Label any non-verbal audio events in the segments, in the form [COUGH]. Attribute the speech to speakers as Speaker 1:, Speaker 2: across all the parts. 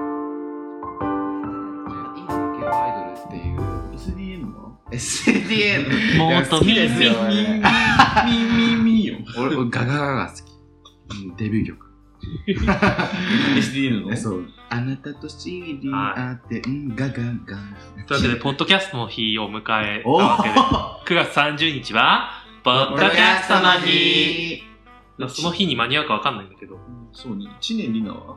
Speaker 1: [LAUGHS]
Speaker 2: SDN。
Speaker 1: もっと
Speaker 2: い
Speaker 1: ミ
Speaker 2: や好きで
Speaker 1: ンミ
Speaker 2: す
Speaker 1: ン
Speaker 2: よ俺
Speaker 1: ミンミンミンミンよ。
Speaker 2: 俺、俺ガガガが好き。うんデビュー曲。
Speaker 3: SDN の
Speaker 2: [LAUGHS] そう。あなたと知り合って、うん、ガガガ。
Speaker 1: というわけで、ポッドキャストの日を迎えた
Speaker 2: お
Speaker 1: わけで、
Speaker 2: ー
Speaker 1: 9月30日は、ポッドキャストの日まあその日に間に合うかわかんないんだけど。
Speaker 3: そうね。知念里奈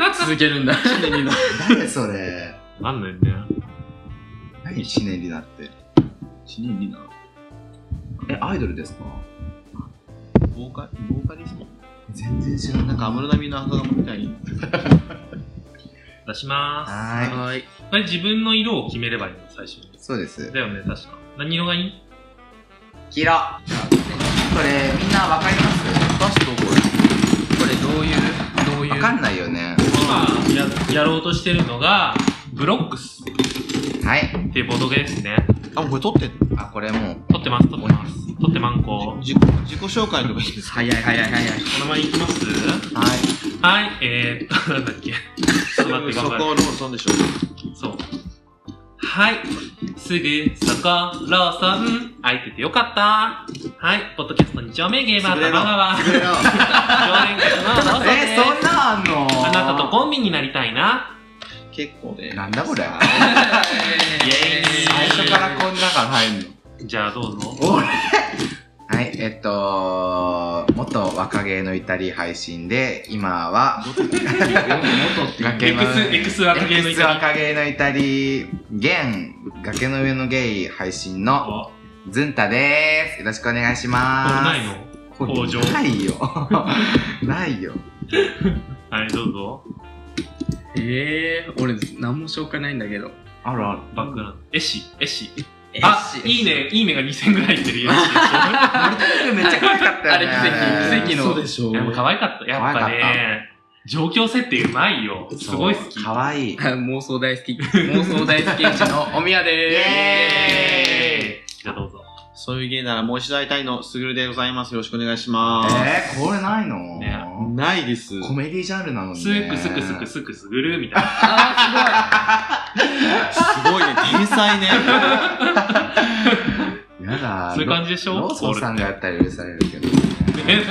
Speaker 3: は
Speaker 4: 続けるんだ。
Speaker 3: 知念 [LAUGHS] 里奈。
Speaker 2: 誰それ
Speaker 1: なんだよね。
Speaker 2: 何シネリナって。
Speaker 3: 知念里奈
Speaker 2: え、アイドルですか
Speaker 3: ボーカボーカリスト
Speaker 2: 全然知ら
Speaker 3: な
Speaker 2: なん
Speaker 3: か安室奈美の赤髪みたいに。
Speaker 1: 出します。
Speaker 2: は
Speaker 4: はーい。
Speaker 1: あれ自分の色を決めればいいの、最初に
Speaker 2: い。。そうです。
Speaker 1: だよね、確か。何色がいい
Speaker 4: 黄色。
Speaker 2: これ、みんなわかりま
Speaker 4: バストこれ。これどういう、ど
Speaker 2: す
Speaker 4: うい
Speaker 2: わ
Speaker 4: う。
Speaker 2: かんないよね。
Speaker 1: 今や、やろうとしてるのが、ブロックスっ
Speaker 2: はい。
Speaker 1: ていうボードゲームですね。
Speaker 3: あ、これ撮ってん
Speaker 2: あ、これもう、
Speaker 1: 撮ってます、撮ってます。撮ってまんこ
Speaker 3: の。自己自己紹介とかいいですか
Speaker 4: 早い早い早い。
Speaker 1: このままいきます
Speaker 2: はい。
Speaker 1: はい、えーっと、なんだっけ。ちょっと待って、
Speaker 3: そ
Speaker 1: 頑
Speaker 3: こ
Speaker 1: 張
Speaker 3: を
Speaker 1: る
Speaker 3: ローソンでしょ。
Speaker 1: そう。はい。すぐそこ、ローソン。空いててよかった。はい。ポッドキャスト2丁目ゲーマー玉川。常
Speaker 2: 潰れろ
Speaker 1: 連客のローソンです。
Speaker 2: え、そんなあんの
Speaker 1: あなたとコンビになりたいな。
Speaker 3: 結構ね。
Speaker 2: なんだこ [LAUGHS] れ
Speaker 1: イエーイ
Speaker 2: 最初からこんなから入るの。
Speaker 1: じゃあどうぞ。
Speaker 2: 俺 [LAUGHS] はい、えっと、元若芸の至り配信で、今は、
Speaker 1: エ
Speaker 2: 崖
Speaker 1: クス、エクス若芸の
Speaker 2: エク
Speaker 1: イ
Speaker 2: ス
Speaker 1: タリ
Speaker 2: 若芸の至り、現、崖の上のゲイ配信
Speaker 1: ア。
Speaker 2: の、
Speaker 1: あ
Speaker 2: ずんたでーす。よろしくお願いし
Speaker 1: これ
Speaker 2: ま
Speaker 1: な
Speaker 2: す
Speaker 1: い。の
Speaker 2: 工
Speaker 1: 工
Speaker 2: 場
Speaker 1: 場
Speaker 2: ないよ。 [LAUGHS] ないよ。
Speaker 1: はい、どうぞ。
Speaker 4: ええー、俺何も紹介ないんだけど。
Speaker 2: あらあら。
Speaker 1: バックグラウンド。絵師、絵師。
Speaker 4: え
Speaker 1: あ、いい。ね、いいねが2000ぐらいいっ
Speaker 2: [LAUGHS]
Speaker 1: てるよ。い
Speaker 2: めっちゃ可愛かったよね。
Speaker 4: あれ奇跡奇跡の
Speaker 3: そうでしょ。
Speaker 1: や、もう可愛かった。やっぱ
Speaker 2: 可愛か
Speaker 1: ね、状況設定うまいよ。すごい好き。
Speaker 2: 可愛い
Speaker 4: あ妄想大好き。妄想大好き一のおみやでーす。
Speaker 1: えーじゃあどうぞ。
Speaker 3: そういう芸なら申し上げたいの、すぐるでございます。よろしくお願いします。
Speaker 2: えー、これないの、
Speaker 1: ね
Speaker 3: ないです。
Speaker 2: コメディジャンルなのに、
Speaker 1: ス
Speaker 2: ね。
Speaker 1: クスクスクスクスぐるみたいな。
Speaker 4: あ
Speaker 3: すごいね、天才ね。
Speaker 2: やだ。
Speaker 1: そういう感じでしょ
Speaker 2: ロローソン
Speaker 1: [LAUGHS]
Speaker 2: さんがやったら許されるけど、ね。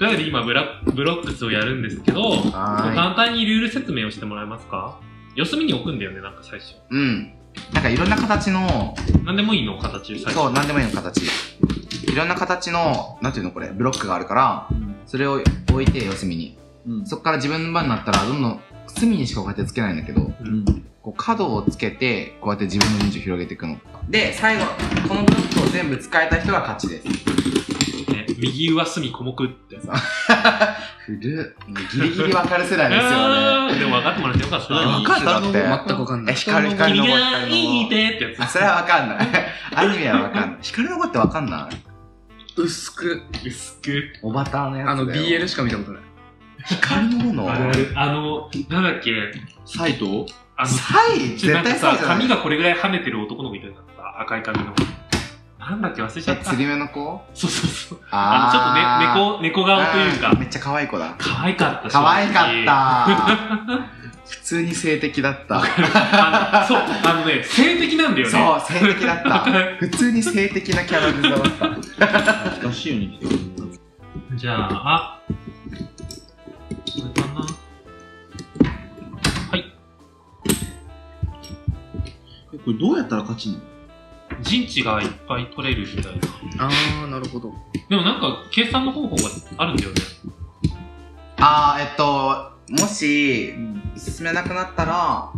Speaker 1: なので今ブラブロックスをやるんですけど、
Speaker 2: はーい
Speaker 1: 簡単にルール説明をしてもらえますか四隅に置くんだよね、なんか最初。
Speaker 2: うん。なんかいろんな形の、
Speaker 1: なんでもいいの形最
Speaker 2: そう、
Speaker 1: 初。
Speaker 2: なんでもいいの形。いろんな形の、なんていうのこれ、ブロックがあるから、それを置いて四隅に。
Speaker 3: うん
Speaker 2: そっから自分の番になったら、どんどん隅にしかこうやってつけないんだけど、
Speaker 3: うん
Speaker 2: こう角をつけて、こうやって自分の陣地を広げていくの。で、最後、このブロックを全部使えた人が勝ちです。
Speaker 1: ね、右上隅小目ってやつ。
Speaker 2: 古っ。ギリギリわかる世代ですよね。
Speaker 1: あーでも分かってもらってよかっ
Speaker 3: それは
Speaker 1: た。
Speaker 2: わかるだって。
Speaker 4: すごい。全くわかんな
Speaker 2: え、
Speaker 4: い。
Speaker 2: 光る光の
Speaker 1: 君
Speaker 2: 子
Speaker 1: がいいねってやつ。
Speaker 2: あ、それはわかんない。 [LAUGHS] アニメはわかんない。光の子ってわかんない
Speaker 4: 薄く。
Speaker 1: 薄く。
Speaker 2: おばたのやつだよ。
Speaker 4: あの BL しか見たことない。
Speaker 2: 光の子の
Speaker 1: あるあの、なんだっけ、
Speaker 3: サイト
Speaker 1: あの、
Speaker 2: サイ
Speaker 1: な
Speaker 2: 絶
Speaker 1: んか
Speaker 2: 対サ
Speaker 1: さ
Speaker 2: イ、じゃ
Speaker 1: 髪
Speaker 2: ない。
Speaker 1: がこれぐらい跳ねてる男の子みたいなさ、赤い髪の。なんだっけ忘れちゃっ
Speaker 2: え、
Speaker 1: た。
Speaker 2: 釣り目の子
Speaker 1: そうそうそう。
Speaker 2: あ
Speaker 1: あの、
Speaker 2: ー
Speaker 1: ちょっとね、猫、猫顔という
Speaker 2: あー
Speaker 1: か、
Speaker 2: めっちゃ可愛い子だ。
Speaker 1: 可愛かった。
Speaker 2: 可愛か
Speaker 1: った。 [LAUGHS]
Speaker 2: った。普通に性的だった。
Speaker 1: あのそう、あのね、性的なんだよね。
Speaker 2: そう、性的だった。普通に性的なキャラデザだった。
Speaker 3: 懐かしいよね。
Speaker 1: [LAUGHS] じゃあ、これかな。
Speaker 3: えこれどうやったら勝ちなの
Speaker 1: 陣地がいっぱい取れるみたいな。
Speaker 4: あー、なるほど。
Speaker 1: でもなんか、計算の方法があるんだよね。
Speaker 2: あー、えっと、もし、進めなくなったら、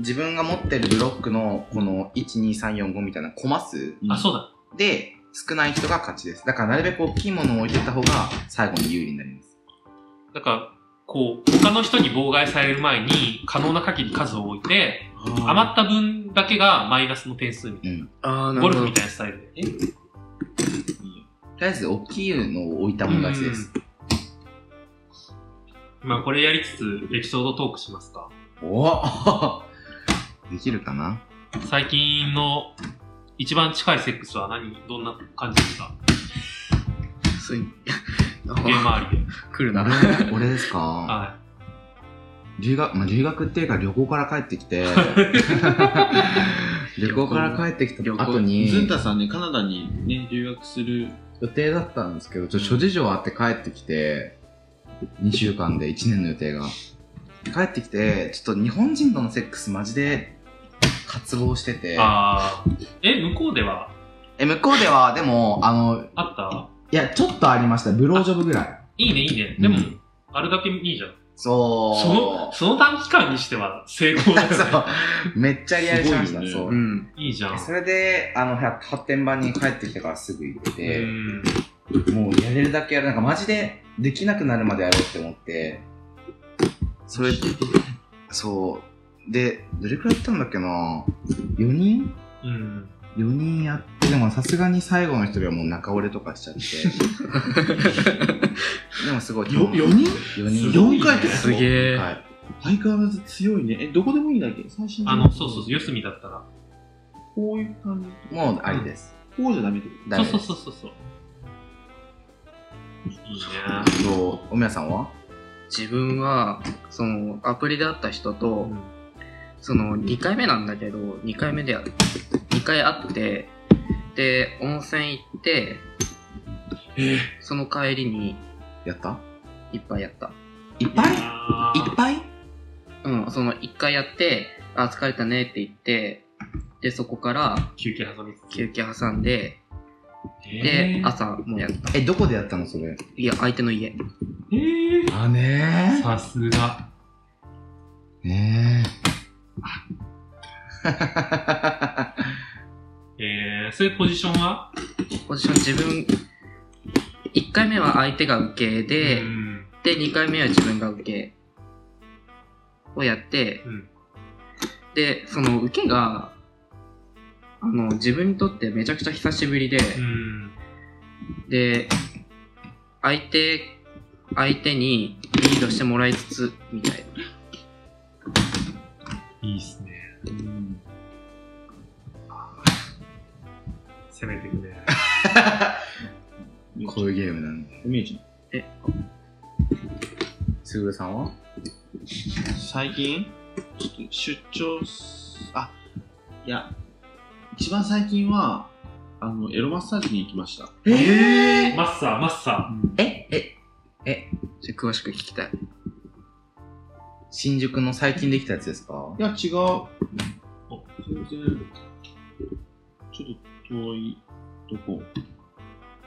Speaker 2: 自分が持ってるブロックの、この、12345みたいなコマ数
Speaker 1: あ、そうだ。
Speaker 2: で、少ない人が勝ちです。だから、なるべく大きいものを置いてった方が、最後に有利になります。
Speaker 1: だから、こう、他の人に妨害される前に、可能な限り数を置いて、
Speaker 3: う
Speaker 1: 余った分だけがマイナスの点数みたい
Speaker 4: あー、
Speaker 1: な。
Speaker 4: な
Speaker 1: ゴ
Speaker 4: る
Speaker 1: ル
Speaker 4: ほ
Speaker 1: フ
Speaker 4: ど
Speaker 1: み。たいなスタイルで。
Speaker 2: とりあえず、大きいのを置いたもん勝ちです。
Speaker 1: まあ、これやりつつ、エピソードトークしますか。
Speaker 2: お [LAUGHS] できるかな
Speaker 1: 最近の一番近いセックスは何どんな感じですか
Speaker 4: ついに。 [LAUGHS]
Speaker 2: [LAUGHS]
Speaker 1: ゲーム周りで。
Speaker 4: 来るな。
Speaker 2: 俺ですか
Speaker 1: は
Speaker 2: 留学、まあ、留学っていうか旅行から帰ってき
Speaker 4: [LAUGHS]
Speaker 2: て、旅行から帰ってきた
Speaker 4: 旅行
Speaker 2: 後に、
Speaker 3: ズンタさんね、カナダにね、留学する。
Speaker 2: 予定だったんですけど、ちょっと諸事情あって帰ってきて、2週間で1年の予定が。帰ってきて、ちょっと日本人とのセックスマジで渇望してて、
Speaker 1: ああ。え、向こうでは
Speaker 2: え向こうではでも、あの、
Speaker 1: あった
Speaker 2: いや、ちょっとありました。ブロージョブぐらい。
Speaker 1: いいね、いいね。
Speaker 2: うん
Speaker 1: でも、あれだけいいじゃん。
Speaker 2: そう。
Speaker 1: その、その短期間にしては成功
Speaker 2: [LAUGHS]
Speaker 1: だ
Speaker 2: そ
Speaker 1: か
Speaker 2: う。めっちゃリアルしました。
Speaker 3: すごいよね
Speaker 2: そう
Speaker 4: う。ん。
Speaker 1: いいじゃん。
Speaker 2: それで、あの、発発展版に帰ってきてからすぐ行っ
Speaker 1: う
Speaker 2: て、
Speaker 1: ん。
Speaker 2: もうやれるだけやる。なんかマジでできなくなるまでやろうって思って、それ、そう。で、どれくらいやったんだっけな ?4 人
Speaker 1: うん。
Speaker 2: ?4 人やって、でもさすがに最後の一人はもう中折れとかしちゃって。 [LAUGHS] でもすごい。
Speaker 3: よ四
Speaker 2: ?4
Speaker 3: 人
Speaker 2: 人。
Speaker 1: すごいね
Speaker 2: 四回って
Speaker 4: すげえ
Speaker 2: はい
Speaker 3: 相変わらず強いね。え、どこでもいいんだっけ最新
Speaker 1: あの、そうそうそう、四。隅だったら。
Speaker 3: こういう感じ。
Speaker 2: もうありです。
Speaker 3: こうじゃダメってこ
Speaker 2: ダ
Speaker 1: そ
Speaker 2: メ
Speaker 1: う
Speaker 2: です
Speaker 1: そうそうそうそう。いいね。
Speaker 2: そう、おみやさんは
Speaker 4: 自分は、その、アプリで会った人と、その、2回目なんだけど、2回目で、2回会って、で、温泉行って、その帰りに、
Speaker 2: やった
Speaker 4: いっぱいやった。
Speaker 2: いっぱいいっ
Speaker 1: あー
Speaker 2: ぱい
Speaker 4: うん、その、1回やって、あ、疲れたねって言って、で、そこから
Speaker 1: 休憩挟みつつ。
Speaker 4: 休憩挟んで、
Speaker 1: え
Speaker 4: で、
Speaker 1: ー、
Speaker 4: 朝もやった。
Speaker 2: え、どこでやったのそれ。
Speaker 4: いや、相手の家。
Speaker 1: えー
Speaker 2: あね
Speaker 1: さすが。
Speaker 2: え。ね
Speaker 1: えー、そういうポジションは
Speaker 4: ポジション自分、1回目は相手が受けで、
Speaker 1: うん
Speaker 4: で、2回目は自分が受けをやって、
Speaker 1: うん
Speaker 4: で、その受けが、あの、自分にとってめちゃくちゃ久しぶりで、
Speaker 1: うん。
Speaker 4: で、相手、相手にリードしてもらいつつ、みたいな。
Speaker 1: いいっすね。
Speaker 3: と。うん
Speaker 1: 攻めてくね。
Speaker 2: え。こういうゲームなんだ。
Speaker 3: イメージ。
Speaker 2: すぐるさんは
Speaker 3: 最近ちょっと出張すあいや一番最近はあのエロマッサージに行きました、
Speaker 2: ええ
Speaker 1: マッサー、マッサ
Speaker 2: え、え、
Speaker 4: ちょっと詳しく聞きたい。
Speaker 2: 新宿の最近できたやつですか
Speaker 3: いや違うあ全然ちょっと遠いとこ
Speaker 1: ー。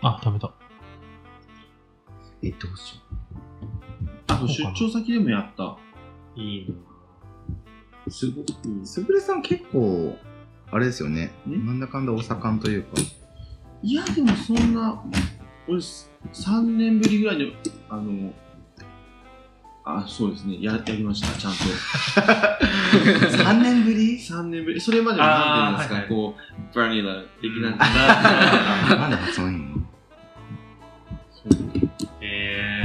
Speaker 1: あ、食べた。
Speaker 2: え、どうしよ
Speaker 3: あと出張先でもやった
Speaker 1: いいな
Speaker 3: すごく
Speaker 2: う。すぐるさん結構、あれですよね。
Speaker 3: ん
Speaker 2: なんだかんだお盛んというか。
Speaker 3: いやでもそんな俺す3年ぶりぐらいにあのあそうですねややりましたちゃんと
Speaker 2: 3年ぶり
Speaker 3: 3年ぶりそれまでもなんていうんですか、
Speaker 1: あーはいはい
Speaker 3: こうバニラ的な、
Speaker 2: なんで発音いいの
Speaker 1: え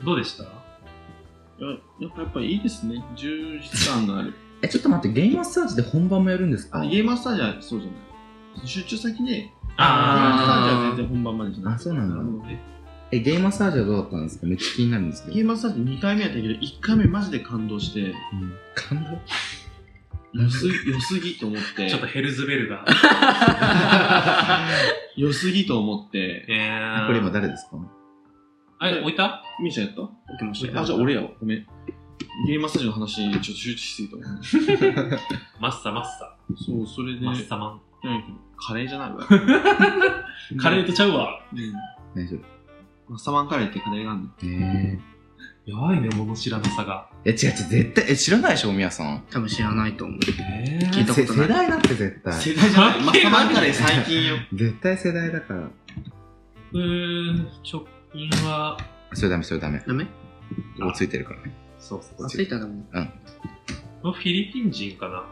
Speaker 1: ー、どうでした
Speaker 3: いややっぱやっぱいいですね。充実
Speaker 2: [LAUGHS]
Speaker 3: 感がある。
Speaker 2: え、ちょっと待って、ゲイマッサージで本番もやるんですか
Speaker 3: あ、ゲーマッサージはそうじゃない。出張先で、ゲーマッ
Speaker 1: あ
Speaker 3: サージは
Speaker 4: あー
Speaker 3: 全然本番までじゃない。
Speaker 2: あそうなんだ
Speaker 3: ので
Speaker 2: え、ゲイマッサージはどうだったんですかめっちゃ気になるんですけど。
Speaker 3: ゲーマッサージ2回目やったけど、1回目マジで感動して、
Speaker 2: うん感動
Speaker 3: 良す良すぎと思っ
Speaker 1: ー、
Speaker 3: て
Speaker 1: ちょっ、とヘルズベルが。
Speaker 3: 良すぎと思って、
Speaker 1: えー、
Speaker 2: [LAUGHS] これ今誰ですか
Speaker 1: あれ、置いた
Speaker 3: ミーちゃんやっ
Speaker 4: 起きました
Speaker 3: たあ、じゃあ俺やわ。ごめん。ゲーマッサージの話、ちょっと集中しすぎたわ。
Speaker 1: マッサ、マッサ。
Speaker 3: そう、それで、
Speaker 1: マッサマン。
Speaker 3: なんかカレーじゃないわ。
Speaker 1: カレーとちゃうわ。
Speaker 3: うん。
Speaker 2: 大丈夫。
Speaker 3: マッサマンカレーってカレーがあるの。
Speaker 2: えー。
Speaker 1: やばいね、物知らなさが。
Speaker 2: え、違う違う、絶対、え、知らないでしょ、おみやさん。
Speaker 4: 多分知らないと思う。
Speaker 1: え
Speaker 4: 聞いた
Speaker 2: せ
Speaker 4: ことない
Speaker 2: 世代だって絶対。
Speaker 3: 世代じゃない。マッサマンカレー最近よ。
Speaker 2: 絶対世代だから。
Speaker 1: うーん、直近は、
Speaker 2: それダメ、それダメ。
Speaker 4: ダメ
Speaker 2: ここついてるからね。
Speaker 1: そうそ
Speaker 4: あ、ついたらもう。
Speaker 1: う。フィリピン人かな。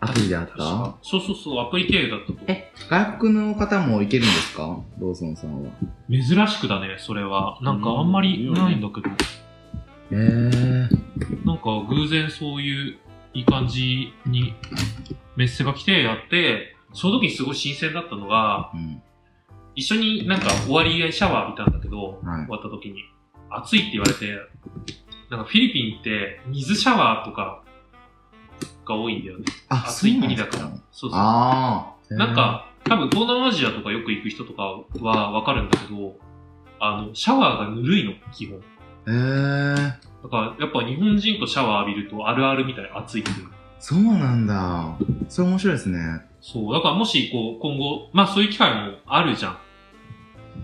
Speaker 2: アプリであった
Speaker 1: そうそうそう、アプリ経由だったと思う。
Speaker 2: え、外国の方もいけるんですかローソンさんは。
Speaker 1: 珍しくだね、それは。なんかあんまりないんだけど、
Speaker 2: えー。
Speaker 1: なんか偶然そういういい感じにメッセが来てやって、その時にすごい新鮮だったのが、
Speaker 2: うん。
Speaker 1: 一緒になんか終わりシャワー浴びたんだけど、
Speaker 2: はい
Speaker 1: 終わった時に、暑いって言われて、なんかフィリピンって水シャワーとかが多いんだよね。
Speaker 2: あ
Speaker 1: 暑い国だ
Speaker 2: そう
Speaker 1: から
Speaker 2: なんです。
Speaker 1: そうそう。
Speaker 2: ああ。
Speaker 1: なんか、多分東南アジアとかよく行く人とかはわかるんだけど、あの、シャワーがぬるいの、基本。
Speaker 2: へえー、
Speaker 1: だから、やっぱ日本人とシャワー浴びるとあるあるみたいに暑いっていう。
Speaker 2: そうなんだ。それ面白いですね。
Speaker 1: そう。だからもし、こう、今後、まあそういう機会もあるじゃん。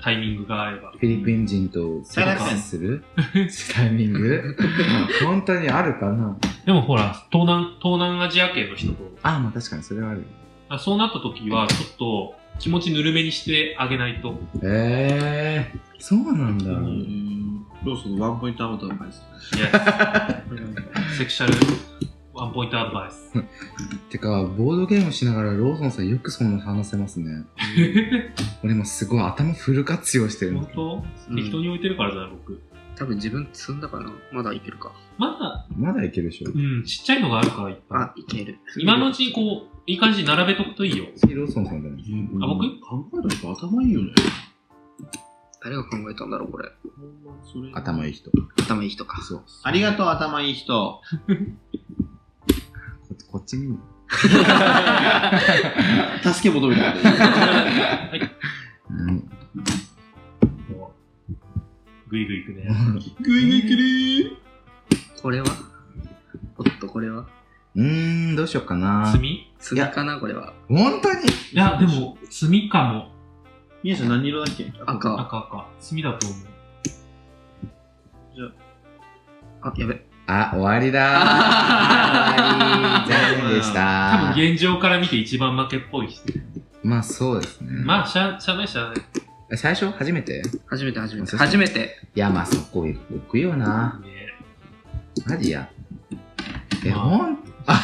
Speaker 1: タイミングが合えば。
Speaker 2: フィリピン人と
Speaker 3: 再来戦
Speaker 2: するタイミン [LAUGHS] グ本当にあるかな
Speaker 1: でもほら、東南、東南アジア系の人と、
Speaker 2: ああ、まあ確かにそれはある。
Speaker 1: あそうなった時は、ちょっと気持ちぬるめにしてあげないと。
Speaker 2: ええー、そうなんだ。
Speaker 3: うーんローソンのワンポイントアウトの感じ。
Speaker 1: いやセクシャルワンポイントアドバイス。
Speaker 2: てか、ボードゲームしながらローソンさんよくそんな話せますね。俺今すごい頭フル活用してるの
Speaker 1: 本。当、
Speaker 4: うん
Speaker 1: 適当に置いてるからじゃない、僕。
Speaker 4: 多分自分積んだからまだいけるか。
Speaker 1: まだ、
Speaker 2: まだいけるでしょ。
Speaker 1: うん、ちっちゃいのがあるからいっぱい。
Speaker 4: あ、いける。
Speaker 1: 今のうちにこう、いい感じに並べとくとい [LAUGHS] いよ。
Speaker 2: 次ローソンさんだね。
Speaker 1: あ僕
Speaker 3: 考えた人頭いいよね。
Speaker 4: 誰が考えたんだろう、これ。
Speaker 3: それ
Speaker 2: 頭いい人。
Speaker 4: 頭いい人か。
Speaker 2: そう。こ
Speaker 3: ありがとう、頭いい人。
Speaker 2: こっち見る
Speaker 3: 助け求めたからね。
Speaker 2: うん。
Speaker 1: もうぐいぐいいくね。
Speaker 3: ぐいぐいくる
Speaker 4: これはおっと、これは
Speaker 2: うーん、どうしようかな。
Speaker 1: 積みい
Speaker 4: 積みかな、これは。
Speaker 2: 本当に
Speaker 1: や、でも、積みかも。
Speaker 3: ー。みやさん何色だっけ
Speaker 4: 赤。
Speaker 1: 赤赤。積みだと思う。
Speaker 4: あ、やべ。
Speaker 2: あ、終わり [LAUGHS] だー。残念でし
Speaker 1: 多分
Speaker 2: た。
Speaker 1: 現状から見て一番負けっぽいし。
Speaker 2: まあそうですね。
Speaker 1: まあ、しゃ、しゃべしゃべ。
Speaker 2: 最初初めて
Speaker 4: 初めて、初めて。
Speaker 2: そうそう
Speaker 4: 初めて。
Speaker 2: いや、まあそこ行くよな。
Speaker 1: ね
Speaker 2: マジや。え、
Speaker 1: まあ
Speaker 2: ほん、あ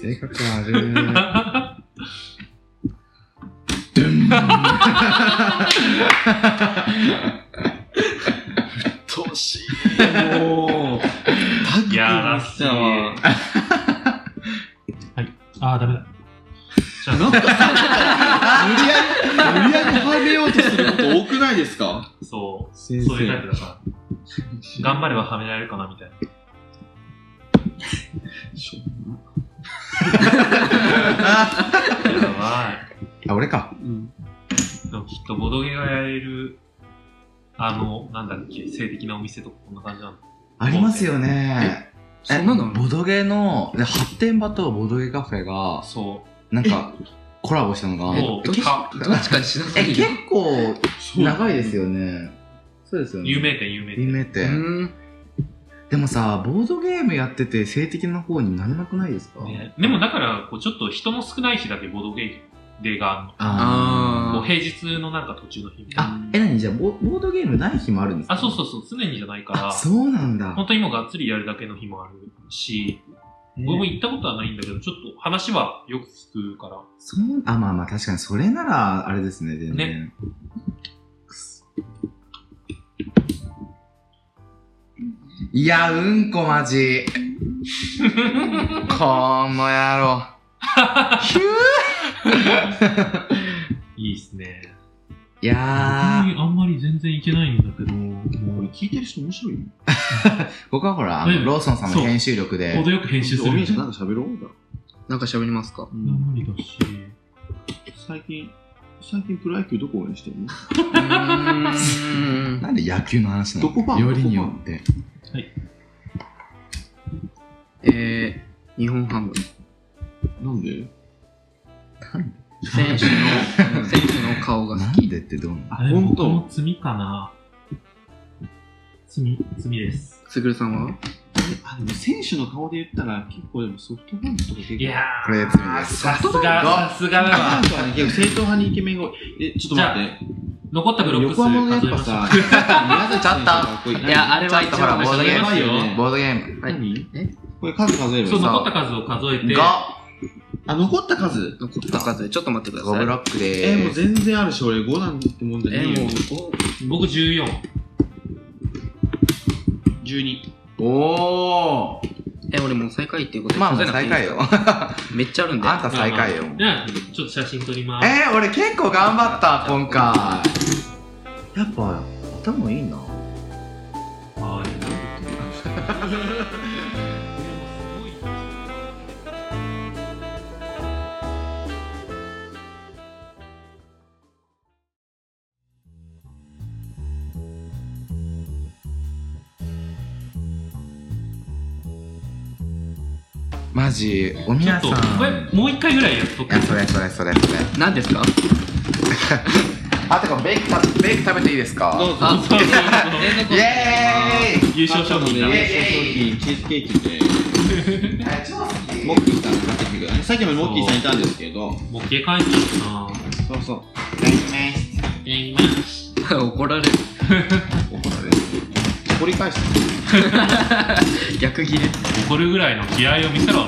Speaker 2: 性格悪い。ドゥ
Speaker 1: [LAUGHS]
Speaker 2: ン
Speaker 3: とうしい。もう。タッグ
Speaker 1: やらせ
Speaker 3: だわ
Speaker 1: ああ、ダメだ。じゃあ、
Speaker 3: なんかさ、無理やり、無理やりはめようとすること多くないですか
Speaker 1: そう、そう
Speaker 3: 先
Speaker 1: いうタイプだから。頑張ればはめられるかな、みたいな。やば
Speaker 2: あ、俺か。
Speaker 3: うん。
Speaker 1: い。でもきっと、ボドゲがやれる、あの、なんだっけ、性的なお店とかこんな感じなの。
Speaker 2: ありますよね。
Speaker 4: そんなの
Speaker 2: えボドゲの、で発展場とボドゲカフェが、
Speaker 1: そ
Speaker 2: なんか、コラボしたの
Speaker 1: う。
Speaker 2: が、
Speaker 1: も
Speaker 4: ど
Speaker 1: う、
Speaker 4: っち
Speaker 1: か
Speaker 4: どっちかにしなさ
Speaker 2: え、
Speaker 4: い
Speaker 2: 結
Speaker 4: よ。
Speaker 2: 構、
Speaker 3: そう
Speaker 2: 長いですよね。そうですよね。
Speaker 1: 有名店、有名
Speaker 2: 有
Speaker 1: 店。
Speaker 2: 名
Speaker 4: う
Speaker 2: 店。
Speaker 4: ーん。
Speaker 2: でもさ、ボードゲームやってて性的な方になれなくないですか、
Speaker 1: ね、でも、だから、こう、ちょっと人の少ない日だけボドゲデーがあんの。
Speaker 2: あ
Speaker 1: も
Speaker 4: あ
Speaker 1: う平日のなんか途中の日み
Speaker 2: ー
Speaker 1: たいな。
Speaker 2: あ。え、なにじゃあボ、ボードゲームない日もあるんですか
Speaker 1: あ、そうそうそう、常にじゃないか
Speaker 2: あ
Speaker 1: ら、
Speaker 2: そうなんだ。
Speaker 1: 本当にもうがっつりやるだけの日もあるし、
Speaker 2: えー
Speaker 1: 僕も行ったことはないんだけど、ちょっと話はよく聞くから。
Speaker 2: そう、あ、まあまあ確かに、それなら、あれですね、全然。くそいや、うんこマジ。この野郎。ひゅー
Speaker 1: いいっすね。
Speaker 2: いやー、
Speaker 1: 僕あんまり全然行けないんだけど、
Speaker 3: こ
Speaker 1: も
Speaker 3: れ
Speaker 1: う、
Speaker 3: 聞いてる人面白いよ。
Speaker 2: 僕はほら、あの
Speaker 1: うん
Speaker 2: ローソンさんの編集力で
Speaker 1: 程、よく編集す
Speaker 3: お
Speaker 1: る
Speaker 3: み
Speaker 1: み
Speaker 3: や
Speaker 1: たい
Speaker 3: さんな
Speaker 1: なん
Speaker 3: か喋ろうだ。
Speaker 4: なんか喋りますか
Speaker 3: うん
Speaker 1: 無理だし。
Speaker 3: 最近、最近プロ野球どこ応援してるの
Speaker 4: うーん。
Speaker 2: なんで野球の話なの
Speaker 3: どこファン
Speaker 2: よりによって。
Speaker 4: えー、日本ハム。
Speaker 3: なんで
Speaker 4: 選手の、選手の顔が
Speaker 2: な
Speaker 4: 好
Speaker 2: ん
Speaker 4: き。
Speaker 2: でってどうなの
Speaker 1: あ
Speaker 3: れ
Speaker 1: 僕
Speaker 3: 僕
Speaker 1: も
Speaker 3: も
Speaker 1: 罪かな。罪、罪です。
Speaker 4: すぐるさんは
Speaker 3: あ、でも選手の顔で言ったら結構でもソフトバンクとか結構。
Speaker 1: いや
Speaker 2: これ罪
Speaker 1: ー、
Speaker 2: です
Speaker 1: さすが、さすがだわ。
Speaker 3: そうだね、結構正統派にイケメンが多い。え、ちょっと待って。
Speaker 1: 残ったブロック数
Speaker 3: 横浜のやっ
Speaker 1: 数え
Speaker 3: ぱ
Speaker 1: ました
Speaker 3: さ。、宮崎選手がかっこいい
Speaker 4: いや、あれは一
Speaker 2: ちょっと
Speaker 4: 番
Speaker 2: ほらボードゲーム
Speaker 3: やばいよね。
Speaker 2: ボードゲーム。
Speaker 4: はい
Speaker 3: 何
Speaker 4: え
Speaker 3: これ数数える
Speaker 1: そう、
Speaker 2: さ
Speaker 1: 残った数を数えて、
Speaker 2: が、
Speaker 3: あ、残った数
Speaker 4: 残った数、ちょっと待ってく
Speaker 2: 5
Speaker 4: ださ
Speaker 2: ブ
Speaker 4: い
Speaker 2: ロ。ックで
Speaker 3: えー、もう
Speaker 2: ーす。
Speaker 3: 全然あるし、俺5なんてもんじゃ
Speaker 4: え
Speaker 3: ねえ
Speaker 4: ー、
Speaker 3: よ
Speaker 4: も。う、
Speaker 1: 僕14。
Speaker 3: 12。
Speaker 2: おー。
Speaker 4: え、俺もう最下位っていうことで
Speaker 2: まあ、
Speaker 4: 数
Speaker 2: も
Speaker 4: え
Speaker 2: う
Speaker 4: なくてい
Speaker 2: 最
Speaker 4: いんで
Speaker 2: 下
Speaker 4: す
Speaker 2: 位
Speaker 4: か
Speaker 2: よ。
Speaker 4: めっちゃあるん
Speaker 2: [LAUGHS]
Speaker 4: で。
Speaker 2: あんた最下位よ。
Speaker 1: じゃあ、ちょっと写真撮ります。
Speaker 2: えー、俺結構頑張った、今回。やっぱ、頭いいな。マジ、おみ
Speaker 1: ちょ
Speaker 2: や
Speaker 1: っ
Speaker 2: さん。
Speaker 1: と、
Speaker 2: い
Speaker 1: これ、もう一回ぐらいやっとく。 [LAUGHS]
Speaker 2: や、それそれそれそれ。
Speaker 4: 何ですか
Speaker 2: あ、てか、ベイクた、ベイク食べていいですか
Speaker 3: どうぞ
Speaker 4: あ、そう
Speaker 2: イ
Speaker 4: そう
Speaker 2: エーイ
Speaker 1: 優勝賞品だ
Speaker 2: イエーイ
Speaker 1: ね。
Speaker 3: 優勝商品チーズケーキで
Speaker 2: あ超好き
Speaker 3: モッキーさん買ってきてくださいさっきまでモッキーさんいたんですけど
Speaker 1: もう消え帰ってきたな
Speaker 3: そうそう
Speaker 1: え今
Speaker 4: [LAUGHS] 怒ら
Speaker 3: 怒られ
Speaker 4: れる。
Speaker 3: る掘り返して
Speaker 4: 逆切れ。
Speaker 1: 怒るぐらいの気合を見せ
Speaker 2: で
Speaker 1: ろ。
Speaker 2: もモ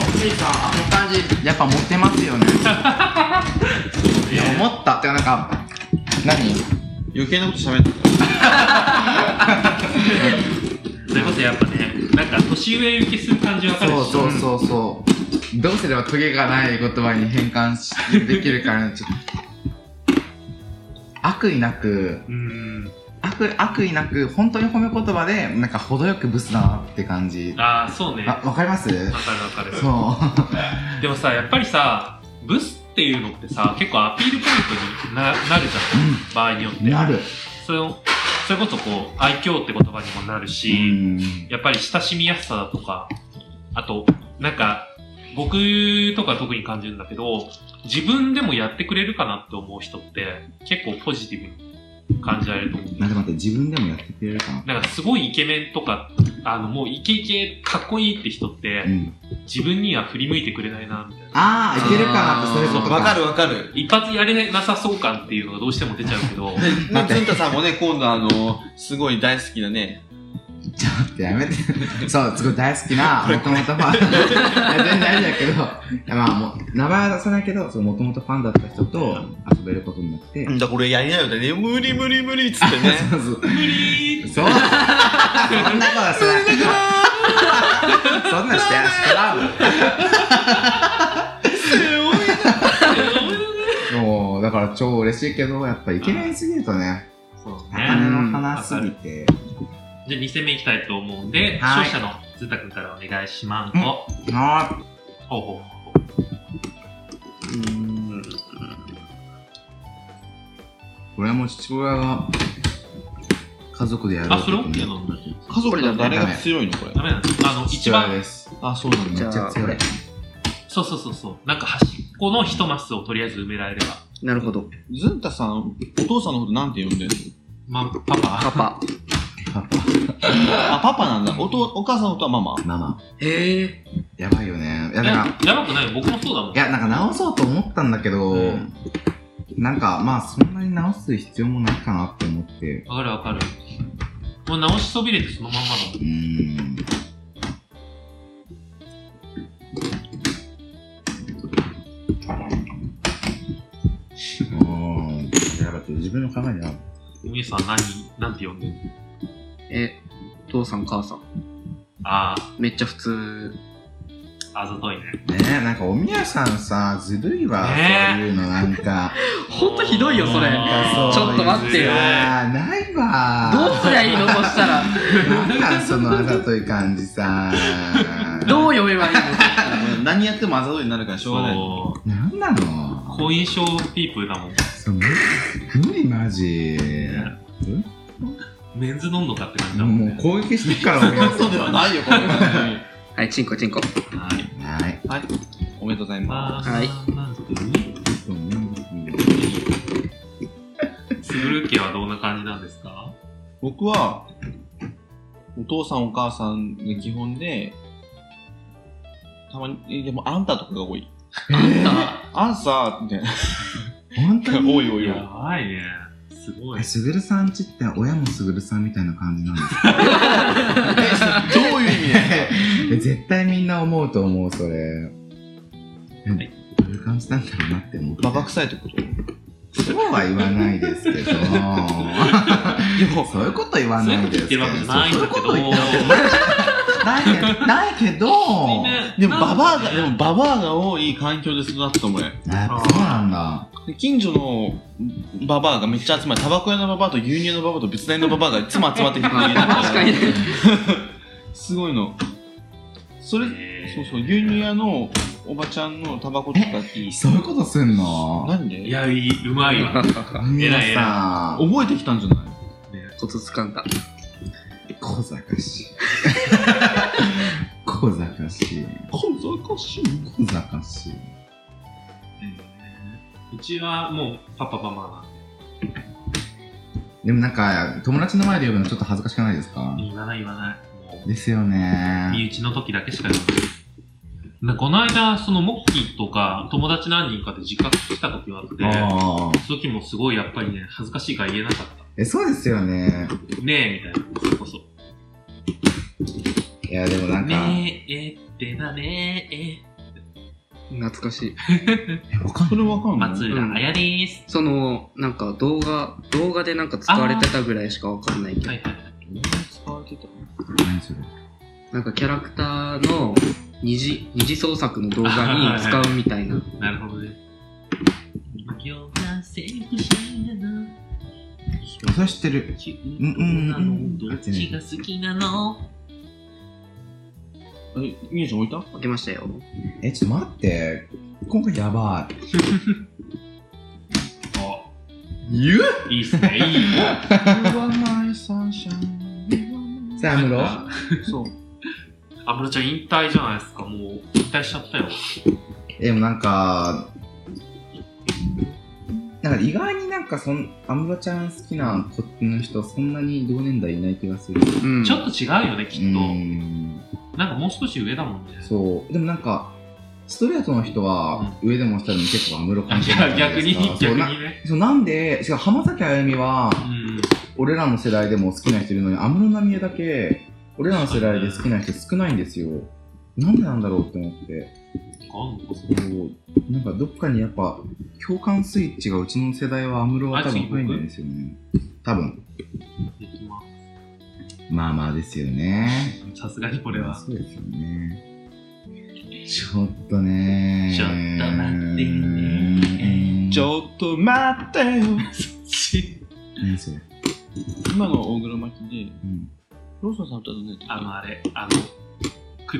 Speaker 2: ッチーさん、あの感じ、やっぱモテますよね。いや、思った。てか、なんか、何
Speaker 3: 余計なこと喋ってた
Speaker 1: そういうことやっぱね、なんか年上受けする感じわかるし。
Speaker 2: そうそうそうそう。どうすればトゲがない言葉に変換しできるから、ちょっと。悪意なく、
Speaker 1: うーん。
Speaker 2: 悪悪意なく、本当に褒め言葉で、なんか程よくブスだなって感じ。
Speaker 1: ああ、そうね。わ
Speaker 2: あ、わかります
Speaker 1: かるわかる。
Speaker 2: そう。
Speaker 1: でもさ、やっぱりさ、ブスっていうのってさ、結構アピールポイントにななるじゃん。場合によって。
Speaker 2: なる。
Speaker 1: それをそれこそこう、愛嬌って言葉にもなる
Speaker 2: う
Speaker 1: し、
Speaker 2: ん。
Speaker 1: やっぱり親しみやすさだとか、あと、なんか、僕とか特に感じるんだけど、自分でもやってくれるかなって思う人って、結構ポジティブに感じられると思う。
Speaker 2: なんか待って、自分でもやってくれるかな。
Speaker 1: なんかすごいイケメンとか、あの、もうイケイケかっこいいって人って
Speaker 2: う、ん。
Speaker 1: 自分には振り向いてくれないな、みたい
Speaker 2: あ
Speaker 1: な。
Speaker 2: ー、いけるかなって、そういうことか。
Speaker 3: わかるわかる
Speaker 1: 一発やれなさそう感っていうのがどうしても出ちゃうけど、
Speaker 2: [LAUGHS]
Speaker 3: で
Speaker 2: 待って
Speaker 3: ズンタさんもね今度あのすごい大好きなね
Speaker 2: ちょっとやめて。そう、すごい大好き [LAUGHS] な、もともとファン。いや全然大事だけど、いやまあもう、名前は出さないけど、そのもともとファンだった人と遊べることになって。
Speaker 3: だこれやりなよってね無理無理無理っつってね
Speaker 2: [LAUGHS] そうそう。そう。そんなことはしてない。そんなしてない。してないもう、だから超嬉しいけど、やっぱイケメンすぎるとね、
Speaker 1: そう
Speaker 2: 高
Speaker 1: ね。
Speaker 2: 根の花すぎて。
Speaker 1: じゃあ2戦目いきたいと思うんで、
Speaker 2: はい
Speaker 1: 勝者のズタ君からお願いしま
Speaker 2: う
Speaker 1: す。
Speaker 2: ん
Speaker 1: おほ
Speaker 2: あ
Speaker 1: うほうほ
Speaker 4: うーん。
Speaker 2: ー俺も父親が、家族でや
Speaker 1: う
Speaker 2: る。
Speaker 1: あ、それ OK なの
Speaker 3: [LAUGHS] 家族の誰が強いのこれ
Speaker 1: ダメなのあの、一
Speaker 2: 父親
Speaker 1: 番、
Speaker 2: です。
Speaker 3: あそうなん
Speaker 2: めっ
Speaker 3: だ
Speaker 2: ち
Speaker 4: じゃあ
Speaker 2: ゃ強い。
Speaker 1: そうそうそうそう、なんか端っこの一マスをとりあえず埋められれば。
Speaker 4: なるほど。
Speaker 3: ズンタさんお父さんのことなんて呼んでんの
Speaker 1: ま、パパ
Speaker 4: パパ。
Speaker 3: あパパなんだおとお母さんのことはママ
Speaker 2: ママ。
Speaker 4: へえ。
Speaker 2: やばいよね。いや、
Speaker 1: や
Speaker 2: なんか、
Speaker 1: やばくないよ僕もそうだもん
Speaker 2: い。や、なんか直そうと思ったんだけど、
Speaker 1: うん
Speaker 2: なんか、まあ、そんなに直す必要もないかなって思って、
Speaker 1: わかるわかる。もう直しそびれてそのまんま
Speaker 2: う。
Speaker 1: だもん
Speaker 2: ーん。うーん。やばい、ちょっと自分の考えでゃ
Speaker 1: おみさん何、なんて呼んでんの
Speaker 4: え、父さん、母さん。
Speaker 1: あー
Speaker 4: めっちゃ普通。
Speaker 1: あざといね。
Speaker 2: ねえ、なんかおみやさんさ、ずるいわ、
Speaker 1: ね
Speaker 2: そ
Speaker 1: え
Speaker 2: ういうの、なんか。
Speaker 4: ほんとひどいよ、それ。ど
Speaker 1: あー
Speaker 4: ちょっと待ってよ
Speaker 2: いやーないわー。
Speaker 4: うすりゃいいのそしたら。
Speaker 2: なんなんそのあざとい感じさ
Speaker 4: どう読めばいいの
Speaker 3: 何やってもあざといになるからしょうがない
Speaker 1: そう。
Speaker 2: なんなの
Speaker 1: 好印象ピープルだもん。
Speaker 2: そう無無理マジ
Speaker 1: メンズ飲んのかって感じだもん
Speaker 2: もう
Speaker 1: ね。
Speaker 2: 攻撃してっから俺
Speaker 3: そうではないよこれ [LAUGHS] は
Speaker 4: はい、チンコチン [LAUGHS] コ。
Speaker 1: はい。
Speaker 2: はい
Speaker 3: いおめでとうございま
Speaker 1: まあ、
Speaker 4: はい
Speaker 1: なんていうのスグル家はどんな感じなんですか
Speaker 3: す僕はお父さんお母さんの基本でたまにえでもあんたとかが多い
Speaker 1: あ
Speaker 3: あんさ [LAUGHS] みたいな
Speaker 2: 本当に
Speaker 3: 多い多い
Speaker 1: や
Speaker 3: 多い
Speaker 1: ばいね。すごい。
Speaker 2: すぐるさんちって親もすぐるさんみたいな感じなん
Speaker 1: [LAUGHS]
Speaker 2: ですか
Speaker 3: どういう意味だよ
Speaker 2: え絶対みんな思うと思うそれえどういう感じなんだろうなって思って
Speaker 3: ババ臭いってことで
Speaker 2: そうは言わないですけ
Speaker 1: [LAUGHS]
Speaker 2: ど
Speaker 3: も
Speaker 2: そういうこと言わないですけど
Speaker 1: そういうこと言ってるわけじゃないんだけ
Speaker 2: そ
Speaker 1: ど
Speaker 2: ういうことないけどないけど
Speaker 3: でもババアがでもババアが多い環境で育った俺
Speaker 2: あやっぱそうなんだ
Speaker 3: で近所のババアがめっちゃ集まるタバコ屋のババアと牛乳のババアと別大のババアがいつも集まってきて
Speaker 4: 確かに。
Speaker 3: すごいのそれ
Speaker 1: えー
Speaker 3: そうそう牛乳屋のおばちゃんのタバコとかっていい
Speaker 2: そういうことすんの
Speaker 3: なんで
Speaker 1: いや、いいうまいわ。
Speaker 2: 皆さん
Speaker 3: 覚えてきたんじゃない
Speaker 4: コツつかんだ。
Speaker 2: 小賢しい小 [LAUGHS] 小賢しい。
Speaker 3: 小賢しい。
Speaker 2: 小賢しい。
Speaker 1: うちはもうパパママ
Speaker 2: でもなんか、友達の前で呼ぶのちょっと恥ずかしくないです
Speaker 1: な
Speaker 2: か
Speaker 1: んで言わない言わないもう
Speaker 2: ですよね
Speaker 1: 身内の時だけしか言わないなこの間そのモッキーとか友達何人かで実家来た時があって
Speaker 2: あー
Speaker 1: その時もすごいやっぱりね恥ずかしいから言えなかっ
Speaker 2: え、そうですよね。
Speaker 1: たねえみたいなそれこそ
Speaker 2: いや、でもなんか、
Speaker 1: ねええってだねえ
Speaker 4: 懐かしい。
Speaker 2: えわかん
Speaker 3: そ
Speaker 2: ない
Speaker 3: れわかんない。
Speaker 1: 松浦あやでーす、
Speaker 4: その、なんか動画、動画でなんか使われてたぐらいしかわかんないけど
Speaker 1: はい、はいはい
Speaker 3: 使われてた
Speaker 2: 何それ。
Speaker 4: なんかキャラクターの二次、二次創作の動画に使うみたいな。
Speaker 1: なるほどね今日がセクシーなの
Speaker 2: それ知ってる。
Speaker 1: キュ
Speaker 2: うん
Speaker 1: ー
Speaker 2: う
Speaker 1: トなん
Speaker 2: うん。
Speaker 1: のどっちが好きなの
Speaker 3: え、みゆちゃん置いた
Speaker 4: 開けましたよ。
Speaker 2: え、ちょっと待って。今回やば [LAUGHS] い。
Speaker 1: あ
Speaker 2: 言う
Speaker 1: いいっすね、いい。
Speaker 3: You are my sunshine. You are my-
Speaker 2: さあ、安室
Speaker 1: なん
Speaker 3: そう。
Speaker 1: 安室ちゃん引退じゃないですか、もう引退しちゃったよ。
Speaker 2: えでもなんか、なんか意外になんかそん、安室ちゃん好きな子の人、そんなに同年代いない気がする。
Speaker 4: うん。
Speaker 1: ちょっと違うよね、きっ
Speaker 2: う
Speaker 1: と。
Speaker 2: ん。
Speaker 1: なんかもう少し上だもんね。
Speaker 2: そう。でもなんか、ストレートの人は、上でも下でも結構安室
Speaker 1: あ
Speaker 2: 関係ない
Speaker 1: いや
Speaker 2: じゃない
Speaker 1: 逆
Speaker 2: で
Speaker 1: に
Speaker 2: すか。、
Speaker 1: 逆
Speaker 2: そうな
Speaker 1: にね。
Speaker 2: そうなんで、しかも浜崎あゆみは、
Speaker 1: うん。
Speaker 2: 俺らの世代でも好きな人いるのに、安室奈美恵だけ、俺らの世代で好きな人少ないんですよ。なんでなんだろうって思って。
Speaker 1: 今度こそ
Speaker 2: そうなんかどっかにやっぱ共感スイッチがうちの世代は安室は多
Speaker 1: あ次
Speaker 2: 分
Speaker 1: 僕
Speaker 2: 入んないですよね多分
Speaker 1: できま
Speaker 2: まあまあですよね
Speaker 1: す。さすがにこれ
Speaker 2: まあ
Speaker 1: は。
Speaker 2: そうですよねちょっとね
Speaker 1: ちょっと待ってね
Speaker 2: ちょ
Speaker 3: ょっと待ってよ。
Speaker 2: 何それ、
Speaker 3: 今の大黒摩季で、
Speaker 2: うん、
Speaker 3: ローソンさん歌うね。
Speaker 1: あの、あれ、あの、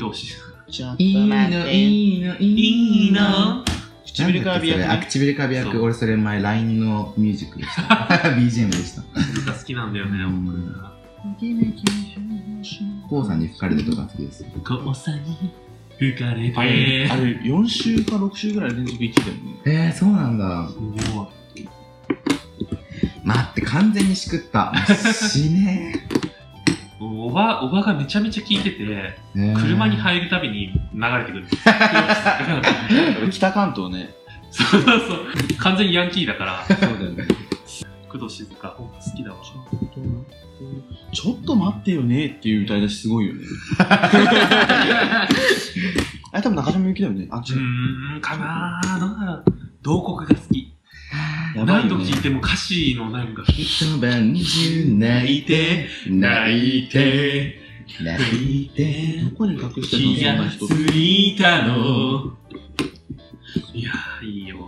Speaker 1: 工藤静香。
Speaker 3: ちょっと
Speaker 2: いい
Speaker 3: 待って
Speaker 2: のいいのいいの
Speaker 3: 唇から美
Speaker 2: なん
Speaker 3: 薬
Speaker 2: だっけそれあ唇カ
Speaker 3: ね。
Speaker 2: ビ薬
Speaker 1: そう
Speaker 2: 俺それ前 LINE のミュージックでした [LAUGHS] BGM でした
Speaker 1: が好きなんだよね、僕。
Speaker 2: コウさんに吹かれるとか好きです
Speaker 1: こうさに吹かれて。
Speaker 3: あれ、あれ4週か6週ぐらい連続1位だよね。
Speaker 2: えー、そうなんだ
Speaker 1: すごい。
Speaker 2: 待って完全にしくったもう死ねえ
Speaker 1: おば、おばがめちゃめちゃ聞いてて、 [LAUGHS] 車
Speaker 2: 車
Speaker 1: に入るたびに流れてくる。
Speaker 3: 北関東ね。
Speaker 1: そうそうそう。完全にヤンキーだから、
Speaker 3: そうだよね。
Speaker 1: 工藤静香、ほんと好きだわ。
Speaker 3: ちょっと待ってよねっていう歌い出しすごい [LAUGHS] よね。あれ多分中島みゆきだよね。あ、
Speaker 1: う
Speaker 3: 違う。
Speaker 1: ーん、かなーどうだろう。同国が好き。
Speaker 3: やばい
Speaker 1: 何度
Speaker 3: よね
Speaker 1: 聞いても歌詞のなんか、
Speaker 2: 一晩中泣いて、泣いて、泣いて。
Speaker 3: どこに隠して
Speaker 1: 気
Speaker 3: るの
Speaker 1: が
Speaker 3: そんな
Speaker 1: つ
Speaker 3: 人。
Speaker 1: いたの。いやー、いいよ。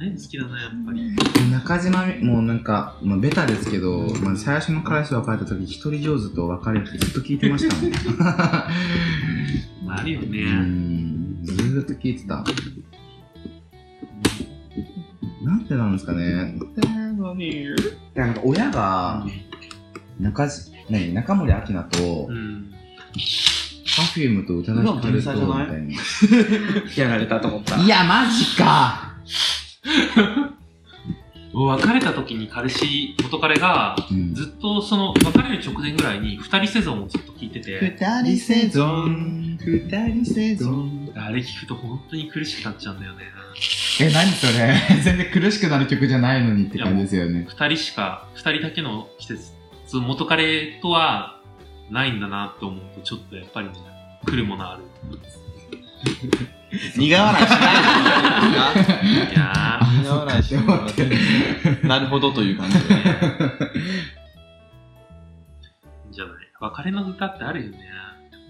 Speaker 1: 何好きだな、やっぱり。
Speaker 2: 中島み、もうなんか、まあ、ベタですけど、まあ、最初の彼氏と別れた時、一人上手と別れてずっと聞いてましたもん。
Speaker 1: あるよ
Speaker 2: う
Speaker 1: ね。
Speaker 2: ん、ずーっと聞いてた。なんでなんですかね。なんか親が、中じ、何、中森明菜と
Speaker 1: う、ん。
Speaker 2: パフュームと宇多田ヒカルと、みたいな。
Speaker 4: やられたと思った。
Speaker 2: いや、マジか
Speaker 1: 別れた時に彼氏、元彼が、
Speaker 2: うん
Speaker 1: ずっとその、別れる直前ぐらいに、二人セゾンをずっと聞いてて、
Speaker 3: 二
Speaker 2: 二人
Speaker 3: 人
Speaker 2: 生
Speaker 3: 生
Speaker 2: 存
Speaker 3: 存
Speaker 2: 二人生存
Speaker 1: あれ聞くと本当に苦しくなっちゃうんだよね。
Speaker 2: え何それ [LAUGHS] 全然苦しくなる曲じゃないのにって感じですよね
Speaker 1: 二人しか、二人だけの季節、その元彼とはないんだなと思うと、ちょっとやっぱりね、来るものある。
Speaker 3: 苦笑いしないで
Speaker 1: いやー、
Speaker 3: 苦笑いしないでなるほどという感じでね。
Speaker 1: いいんじゃない別れの歌ってあるよね。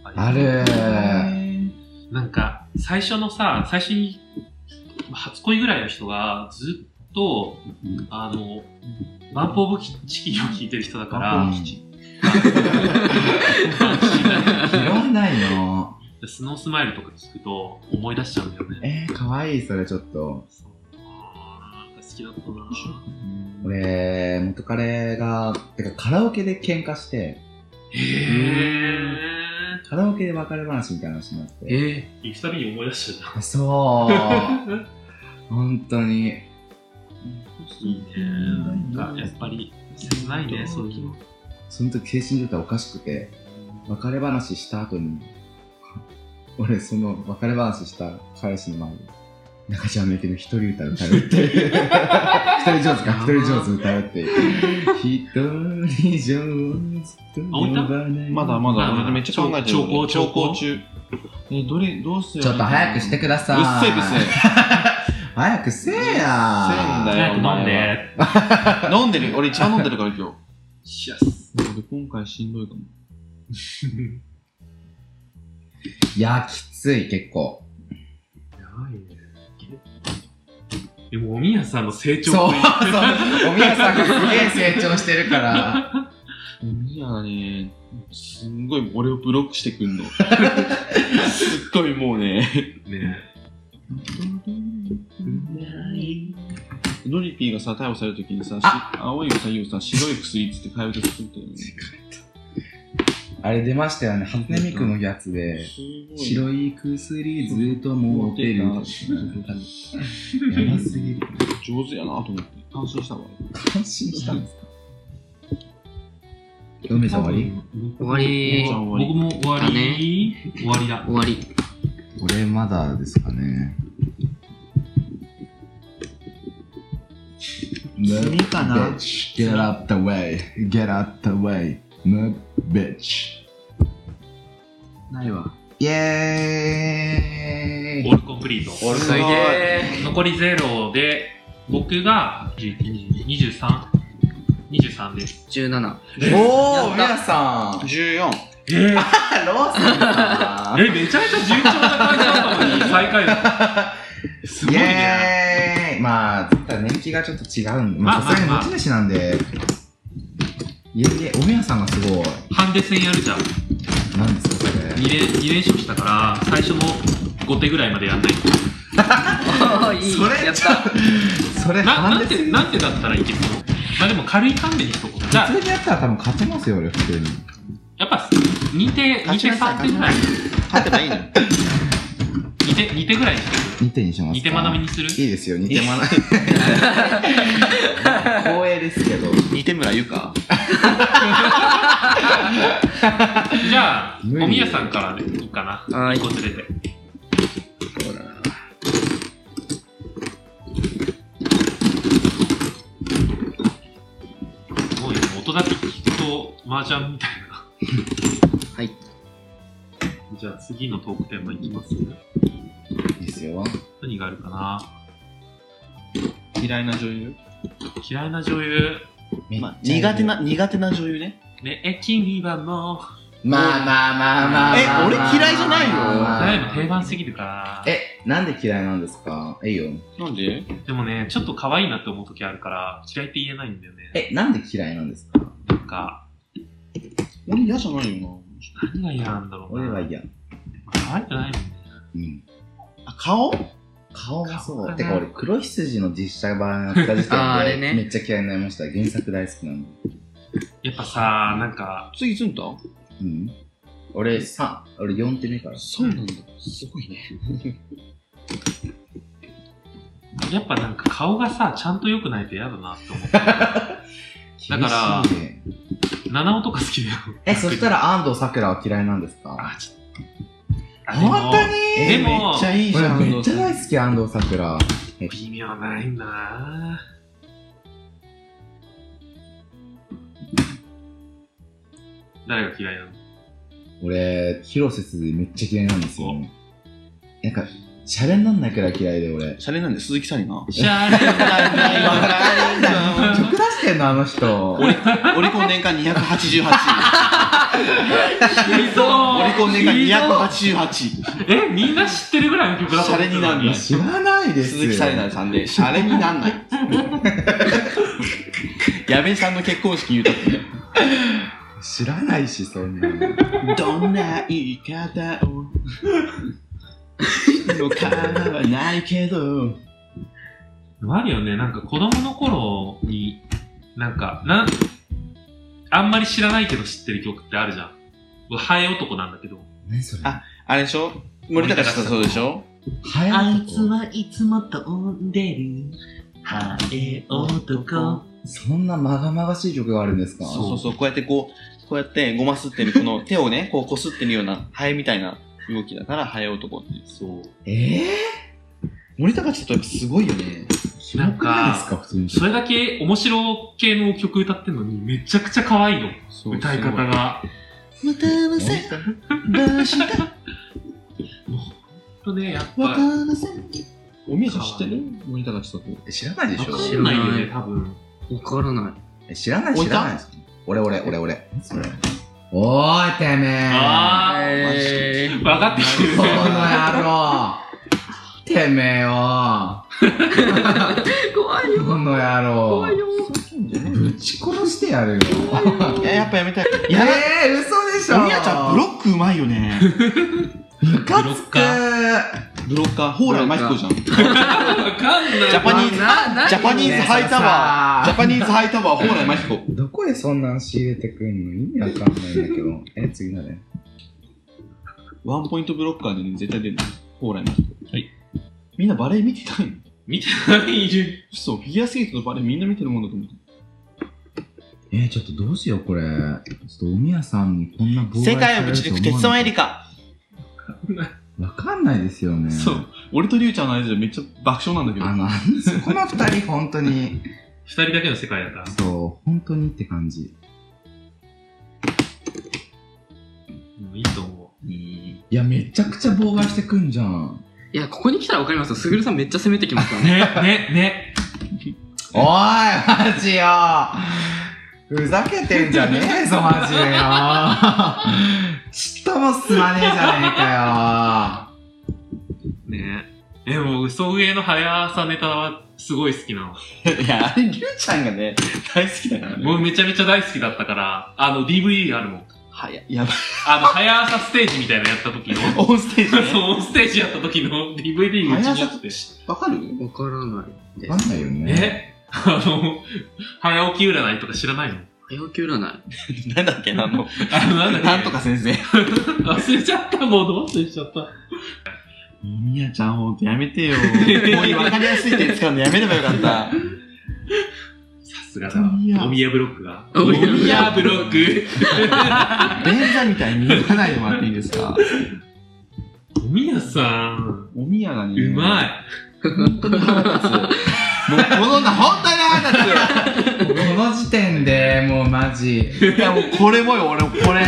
Speaker 1: やっぱ
Speaker 2: あ
Speaker 1: り
Speaker 2: る
Speaker 1: なんか、最初のさ、最初に、初恋ぐらいの人が、ずっと、あの、バンプオブチキンを聴いてる人だから、
Speaker 2: バ
Speaker 1: [LAUGHS]
Speaker 2: ンプオブチ拾わないの
Speaker 1: スノースマイルとか聞くと思い出しちゃうんだよね。
Speaker 2: えー、かわいいそれちょっと
Speaker 1: そうあーなんか好きだったな
Speaker 2: 俺元彼がてかカラオケで喧嘩して
Speaker 1: へえ。
Speaker 2: カラオケで別れ話みたいな話になって。
Speaker 4: え
Speaker 1: 行くたびに思い出しちゃ
Speaker 2: [LAUGHS]
Speaker 1: っ
Speaker 2: そう。本当に。
Speaker 1: た。いいね。なんか、やっぱり、切ないね、そういうの。
Speaker 2: その時精神状態おかしくて、別れ話した後に、俺その別れ話した彼氏の前で、中島みゆきの一人歌歌うって
Speaker 3: [LAUGHS]
Speaker 2: いう。一人上手か、一人上手歌うっていう。一人上手と呼ばない。
Speaker 3: まだまだ、俺めっちゃ考えてる、
Speaker 1: 長考長考
Speaker 3: 長考中。え、どれ、どうすよ
Speaker 2: ちょっと早くしてください。
Speaker 3: うっせえですね。
Speaker 2: 早くせえや。
Speaker 3: うっせえんだよ
Speaker 1: 早く飲んで。
Speaker 3: 飲んでる、俺茶飲んでるから今日。しやす。俺今回しんどいかも。
Speaker 2: いや、きつい、結構。
Speaker 1: やばいね。でも、おみやさんの成長
Speaker 2: そう、そう
Speaker 1: ぶり。。
Speaker 2: おみやさんがすげえ成長してるから。
Speaker 3: ミヤね、すんごい俺をブロックしてく [LAUGHS] んの。すっごいもうね。
Speaker 1: ね
Speaker 3: ドリピーがさ、逮捕されるときにさ、し
Speaker 2: あ
Speaker 3: 青いウサギをさ、白い薬っつって替え歌作ってるよね。
Speaker 2: あれ出ましたよね、初音ミクのやつで。白い薬ずっと持ってる。やばすぎる。
Speaker 3: 上手やなと思って。感心したわ。
Speaker 2: 感心したんですか梅さん終わり
Speaker 4: 終わり
Speaker 1: 僕も終わ
Speaker 4: だ
Speaker 1: り。終わりだ
Speaker 4: ー、。終わり。
Speaker 2: 俺まだですかね。
Speaker 3: 君かな
Speaker 2: bitch, get out the way, get out the way, move, bitch.
Speaker 3: ないわ。
Speaker 2: イエ
Speaker 1: オ
Speaker 2: ーイ
Speaker 1: ールコンプリート。
Speaker 3: 俺
Speaker 4: すげえ。
Speaker 1: 残りゼロで、僕が23、23です。
Speaker 4: 17。
Speaker 2: お
Speaker 4: やった
Speaker 2: 皆さん
Speaker 3: 14。
Speaker 1: えー、
Speaker 2: [LAUGHS] ローソンさん
Speaker 1: えめちゃめちゃ順調な感じだったのに、最下位だ。すごい
Speaker 2: イ
Speaker 1: ね。
Speaker 2: エーイまあ、ただ年季がちょっと違うんで、まあ、
Speaker 1: まあ
Speaker 2: さすがに
Speaker 1: まあ
Speaker 2: 持ち主なんで、いえいえ、おみやさんがすごい。
Speaker 1: ハンデ戦やるじゃん。
Speaker 2: なんですか、それ。
Speaker 1: 2連、2連勝したから、最初の5手ぐらいまでやんない。
Speaker 4: ああ、いい。
Speaker 2: それ
Speaker 4: やっ
Speaker 2: ちょ
Speaker 4: た。
Speaker 2: っと [LAUGHS] それ、
Speaker 1: な、
Speaker 2: ハ
Speaker 1: な
Speaker 2: ン
Speaker 1: ん
Speaker 2: デ
Speaker 1: て、
Speaker 2: 戦
Speaker 1: なんてだったらいけるのまあでも軽いハンデにしとこう。じゃあ
Speaker 2: 普、通にやったら多分勝てますよ、俺、普通に。
Speaker 1: やっぱ2手、2手3手ぐらい。
Speaker 3: 勝てば [LAUGHS] いいの
Speaker 1: 2手、2手ぐらいにして
Speaker 2: 2点にしますか。
Speaker 1: 2手まなみにする
Speaker 2: いいですよ、2点まなみ。光栄ですけど。
Speaker 3: 二手村ゆか
Speaker 1: じゃあ、
Speaker 2: 無理
Speaker 1: おみやさんからでいいかな。
Speaker 4: はい
Speaker 1: 1個連れて。
Speaker 4: そうだな。
Speaker 1: すごいね。大人って聞くと、麻雀みたいな。
Speaker 4: はい。
Speaker 1: じゃあ次のトークテーマいきます。
Speaker 2: いいですよ。
Speaker 1: 何があるかな
Speaker 3: 嫌いな女優
Speaker 1: 嫌いな女優。
Speaker 3: まあ、苦手。な、苦手な女優ね。
Speaker 1: ねえ、君はも
Speaker 2: まあまあまあまあまあ。
Speaker 3: え俺嫌いじゃないよ
Speaker 1: う、
Speaker 2: まあ
Speaker 1: だいぶ定番すぎるから。
Speaker 2: え、なんで嫌いなんですかえいよ。
Speaker 3: なんで
Speaker 1: でもね、ちょっと可愛いなって思う時あるから、嫌いって言えないんだよね。
Speaker 2: え、なんで嫌いなんですか
Speaker 1: なんか、
Speaker 3: 俺嫌じゃないよ
Speaker 1: 何が嫌なんだろうな。
Speaker 2: 俺は嫌。
Speaker 1: 可愛くないもんね。
Speaker 2: うん。
Speaker 3: な。あ、顔
Speaker 2: 顔がそ
Speaker 1: 顔
Speaker 2: う。
Speaker 1: かな
Speaker 2: てか俺、黒羊の実写版やった時点
Speaker 4: あーあ
Speaker 2: で
Speaker 4: れ、ね
Speaker 2: めっちゃ嫌いになりました。原作大好きなんで。
Speaker 1: やっぱさ、なんか、
Speaker 3: 次ずんだ
Speaker 2: うん。俺3、俺4手目から。
Speaker 3: そうなんだ。すごいね。
Speaker 1: やっぱなんか顔がさ、ちゃんと良くないと嫌だなって思って。だから
Speaker 2: 厳しいね
Speaker 1: 七尾とか好きだよ。
Speaker 2: え、そしたら安藤サクラは嫌いなんですか
Speaker 1: あ、ちょっと。
Speaker 2: 本当に
Speaker 1: でも
Speaker 3: めっちゃいいじ
Speaker 2: 俺
Speaker 3: ゃん。
Speaker 2: めっちゃ大好き、安藤サクラ。
Speaker 1: でも微妙ないんだな誰が嫌いなの
Speaker 2: 俺、広瀬すずめっちゃ嫌いなんですよ。なんか、シャレになんないくらい嫌いで、俺。
Speaker 3: シャレなんで鈴木さりな。
Speaker 1: シャーレ
Speaker 2: 曲出してんの、あの人。
Speaker 3: オリコン年間288
Speaker 1: ひど
Speaker 3: オリコン年間
Speaker 1: え、
Speaker 3: 288
Speaker 1: みんな知ってるぐらいの曲だと思ってたのに
Speaker 3: シ
Speaker 2: 知らないですよ。
Speaker 3: 鈴木紗理奈さんでシャレになんない矢部さんの結婚式言うたって
Speaker 2: 知らないし、そんなの。
Speaker 3: どんな言い方を [LAUGHS] してもかわないけど
Speaker 1: あるよね、なんか子供の頃に、なんか、なん、あんまり知らないけど知ってる曲ってあるじゃん。俺ハエ男なんだけど、
Speaker 2: 何それ
Speaker 3: ああれでしょ森高さんそうでしょ
Speaker 2: 流行るとこ
Speaker 5: はいつも飛んでる、ハエ男。
Speaker 2: そんなまがまがしい曲があるんですか
Speaker 3: そうそうそう、こうやってこう、こうやってごますってる、この手をね、 [LAUGHS] こうこすってるような、ハエみたいな動きだから、ハエ男って。そう。
Speaker 2: ええ
Speaker 3: 森高千里やっぱすごいよね。
Speaker 2: ー、なんかですか普通に
Speaker 1: それだけ面白系の曲歌ってんのにめちゃくちゃ可愛いの。歌い方が。
Speaker 5: またのせ、どうした
Speaker 1: もうほんとね、やっ
Speaker 3: わ
Speaker 1: ぱ。
Speaker 3: かんません。おみやさん知ってる森高千里。
Speaker 2: 知らないでしょ
Speaker 1: わ
Speaker 4: 知
Speaker 1: かん
Speaker 4: ら
Speaker 1: な
Speaker 4: ないい
Speaker 1: よね、多分。
Speaker 4: わからない。
Speaker 2: え知らない
Speaker 3: 置
Speaker 2: 知
Speaker 3: いた
Speaker 2: らないですか俺俺俺俺それおーいてめえ
Speaker 1: あー
Speaker 4: え
Speaker 1: 分
Speaker 4: ー
Speaker 1: かってきてる
Speaker 2: この
Speaker 1: ね。
Speaker 3: [LAUGHS]
Speaker 2: 野郎てめえよ
Speaker 4: 怖い
Speaker 2: こ
Speaker 4: よ。
Speaker 2: の野郎
Speaker 4: 怖いよ。
Speaker 2: ぶち殺してやるよ
Speaker 3: いや、やっぱやめたい。いや、
Speaker 2: えー、嘘でしょ
Speaker 3: おみやちゃんブロックうまいよね。
Speaker 2: ムカつく
Speaker 1: ブロ
Speaker 3: ブロッカー、ホーラーうまい人じゃん。ジ
Speaker 1: わかんない。
Speaker 3: ャパニーズ、ジ
Speaker 4: なな
Speaker 3: ャパニーズハイタワー、ジャ
Speaker 2: ー
Speaker 3: パニーズハイタワー、ホーラーうまい人。
Speaker 2: どこでそんなん仕入れてくんの意味わかんないんだけどえ次だね
Speaker 3: ワンポイントブロッカーでね、絶対出るの。ホーラーうまい人。はい。みんなバレー見てないの
Speaker 1: 見てないじ
Speaker 3: 嘘、フィギュアスケートのバレーみんな見てるもんだと思って。
Speaker 2: えー、ちょっとどうしようこれちょっとおみやさんにこんな妨害
Speaker 3: 世界をぶち抜く鉄腕エリカ。
Speaker 2: わかんないですよね
Speaker 3: そう。俺とリュウちゃんの間でめっちゃ爆笑なんだけど
Speaker 2: あ。の、そこの二人、本当に、
Speaker 1: ゃん。二人だけの世界だから。
Speaker 2: そう、本当にって感じ。
Speaker 1: うんいいと思
Speaker 2: いや、めちゃくちゃ妨害してくんじゃん。
Speaker 4: いや、ここに来たらわかりますよ。すぐるさんめっちゃ攻めてきますから
Speaker 1: う。
Speaker 4: ね。
Speaker 1: ね、ね、ね。
Speaker 2: おい、マジよふざけてんじゃねえぞ、マジでよちっともすまねえじゃねえかよ
Speaker 1: ね。でも、嘘上の早さネタはすごい好きなの。
Speaker 3: いや、あれ、りゅうちゃんがね、大好きだからね。
Speaker 1: 僕めちゃめちゃ大好きだったから、あの、DVD あるもん。
Speaker 3: はや、やばい。
Speaker 1: あの、早朝ステージみたいなのやった時の、
Speaker 3: オンステージ [LAUGHS] ね。
Speaker 1: [LAUGHS] そう、オンステージやった時の DVD がうちにあって。
Speaker 3: わかる
Speaker 4: わからないで
Speaker 2: わか
Speaker 4: す。
Speaker 2: んないよね。
Speaker 1: えあの、早起き占いとか知らないの
Speaker 4: 早起き占い。
Speaker 3: なんだっけな、あの、
Speaker 1: あの、なんだっけ
Speaker 3: なんとか先生。
Speaker 1: 忘れちゃった、もうどう忘れちゃった。
Speaker 3: みやちゃんほんとやめ [LAUGHS] てよ。こういうわかりやすい手使うのやめればよかった。
Speaker 1: さすがだ
Speaker 3: おみや
Speaker 1: わ。おみやブロックが。
Speaker 4: おみや
Speaker 1: ブロック。
Speaker 3: 便座みたいに言わないでもらっていいですか
Speaker 1: おみやさん、
Speaker 3: おみやがね。
Speaker 1: うまい。
Speaker 3: 本当に腹立つ。もうこの女、本当に腹立
Speaker 2: この時点で、もうマジ。
Speaker 3: つ。いやもうこれもよ、俺もこれ。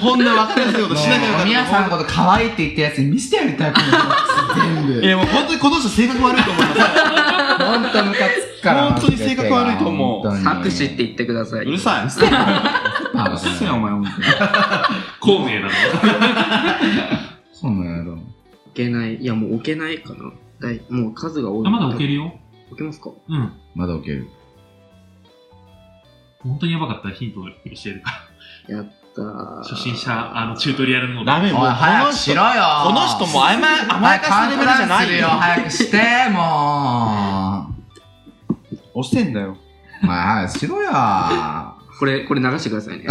Speaker 3: こんなわかりやすいことしなきゃよ
Speaker 2: も
Speaker 3: かった。
Speaker 2: う宮さんのこと可愛いって言ったやつに見せてやりたい、この全部。
Speaker 3: いやもう本当にこの人性格悪いと思います。
Speaker 2: 本当ムカつくから。
Speaker 3: 本当に性格悪いと思う
Speaker 4: 作詞って
Speaker 2: っ
Speaker 4: 言ってください。
Speaker 3: うるさい。
Speaker 2: て。あ、
Speaker 3: うるせえよお前本当に。
Speaker 1: 孔明なの。
Speaker 2: この野郎。
Speaker 4: 置けない。いや、もう置けないかな。だいもう数が多い。
Speaker 1: あ、まだ置けるよ。
Speaker 4: 置けますか
Speaker 1: うん。
Speaker 2: まだ受ける。
Speaker 1: 本当にやばかったらヒント教えるから。
Speaker 4: やったー。
Speaker 1: 初心者、あの、チュートリアルの。
Speaker 3: ダメ、もう
Speaker 2: お
Speaker 3: こ
Speaker 2: い、早
Speaker 3: の
Speaker 2: くし
Speaker 3: 人
Speaker 2: ろ、よ
Speaker 3: この人もう甘や甘やかすレベルじゃないよ。
Speaker 2: 早くして、も
Speaker 3: 押してんだよ。
Speaker 2: う。お前、早くしろよ
Speaker 4: これ、これ流してくださいね。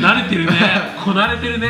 Speaker 1: 慣れてるね。こなれてるね。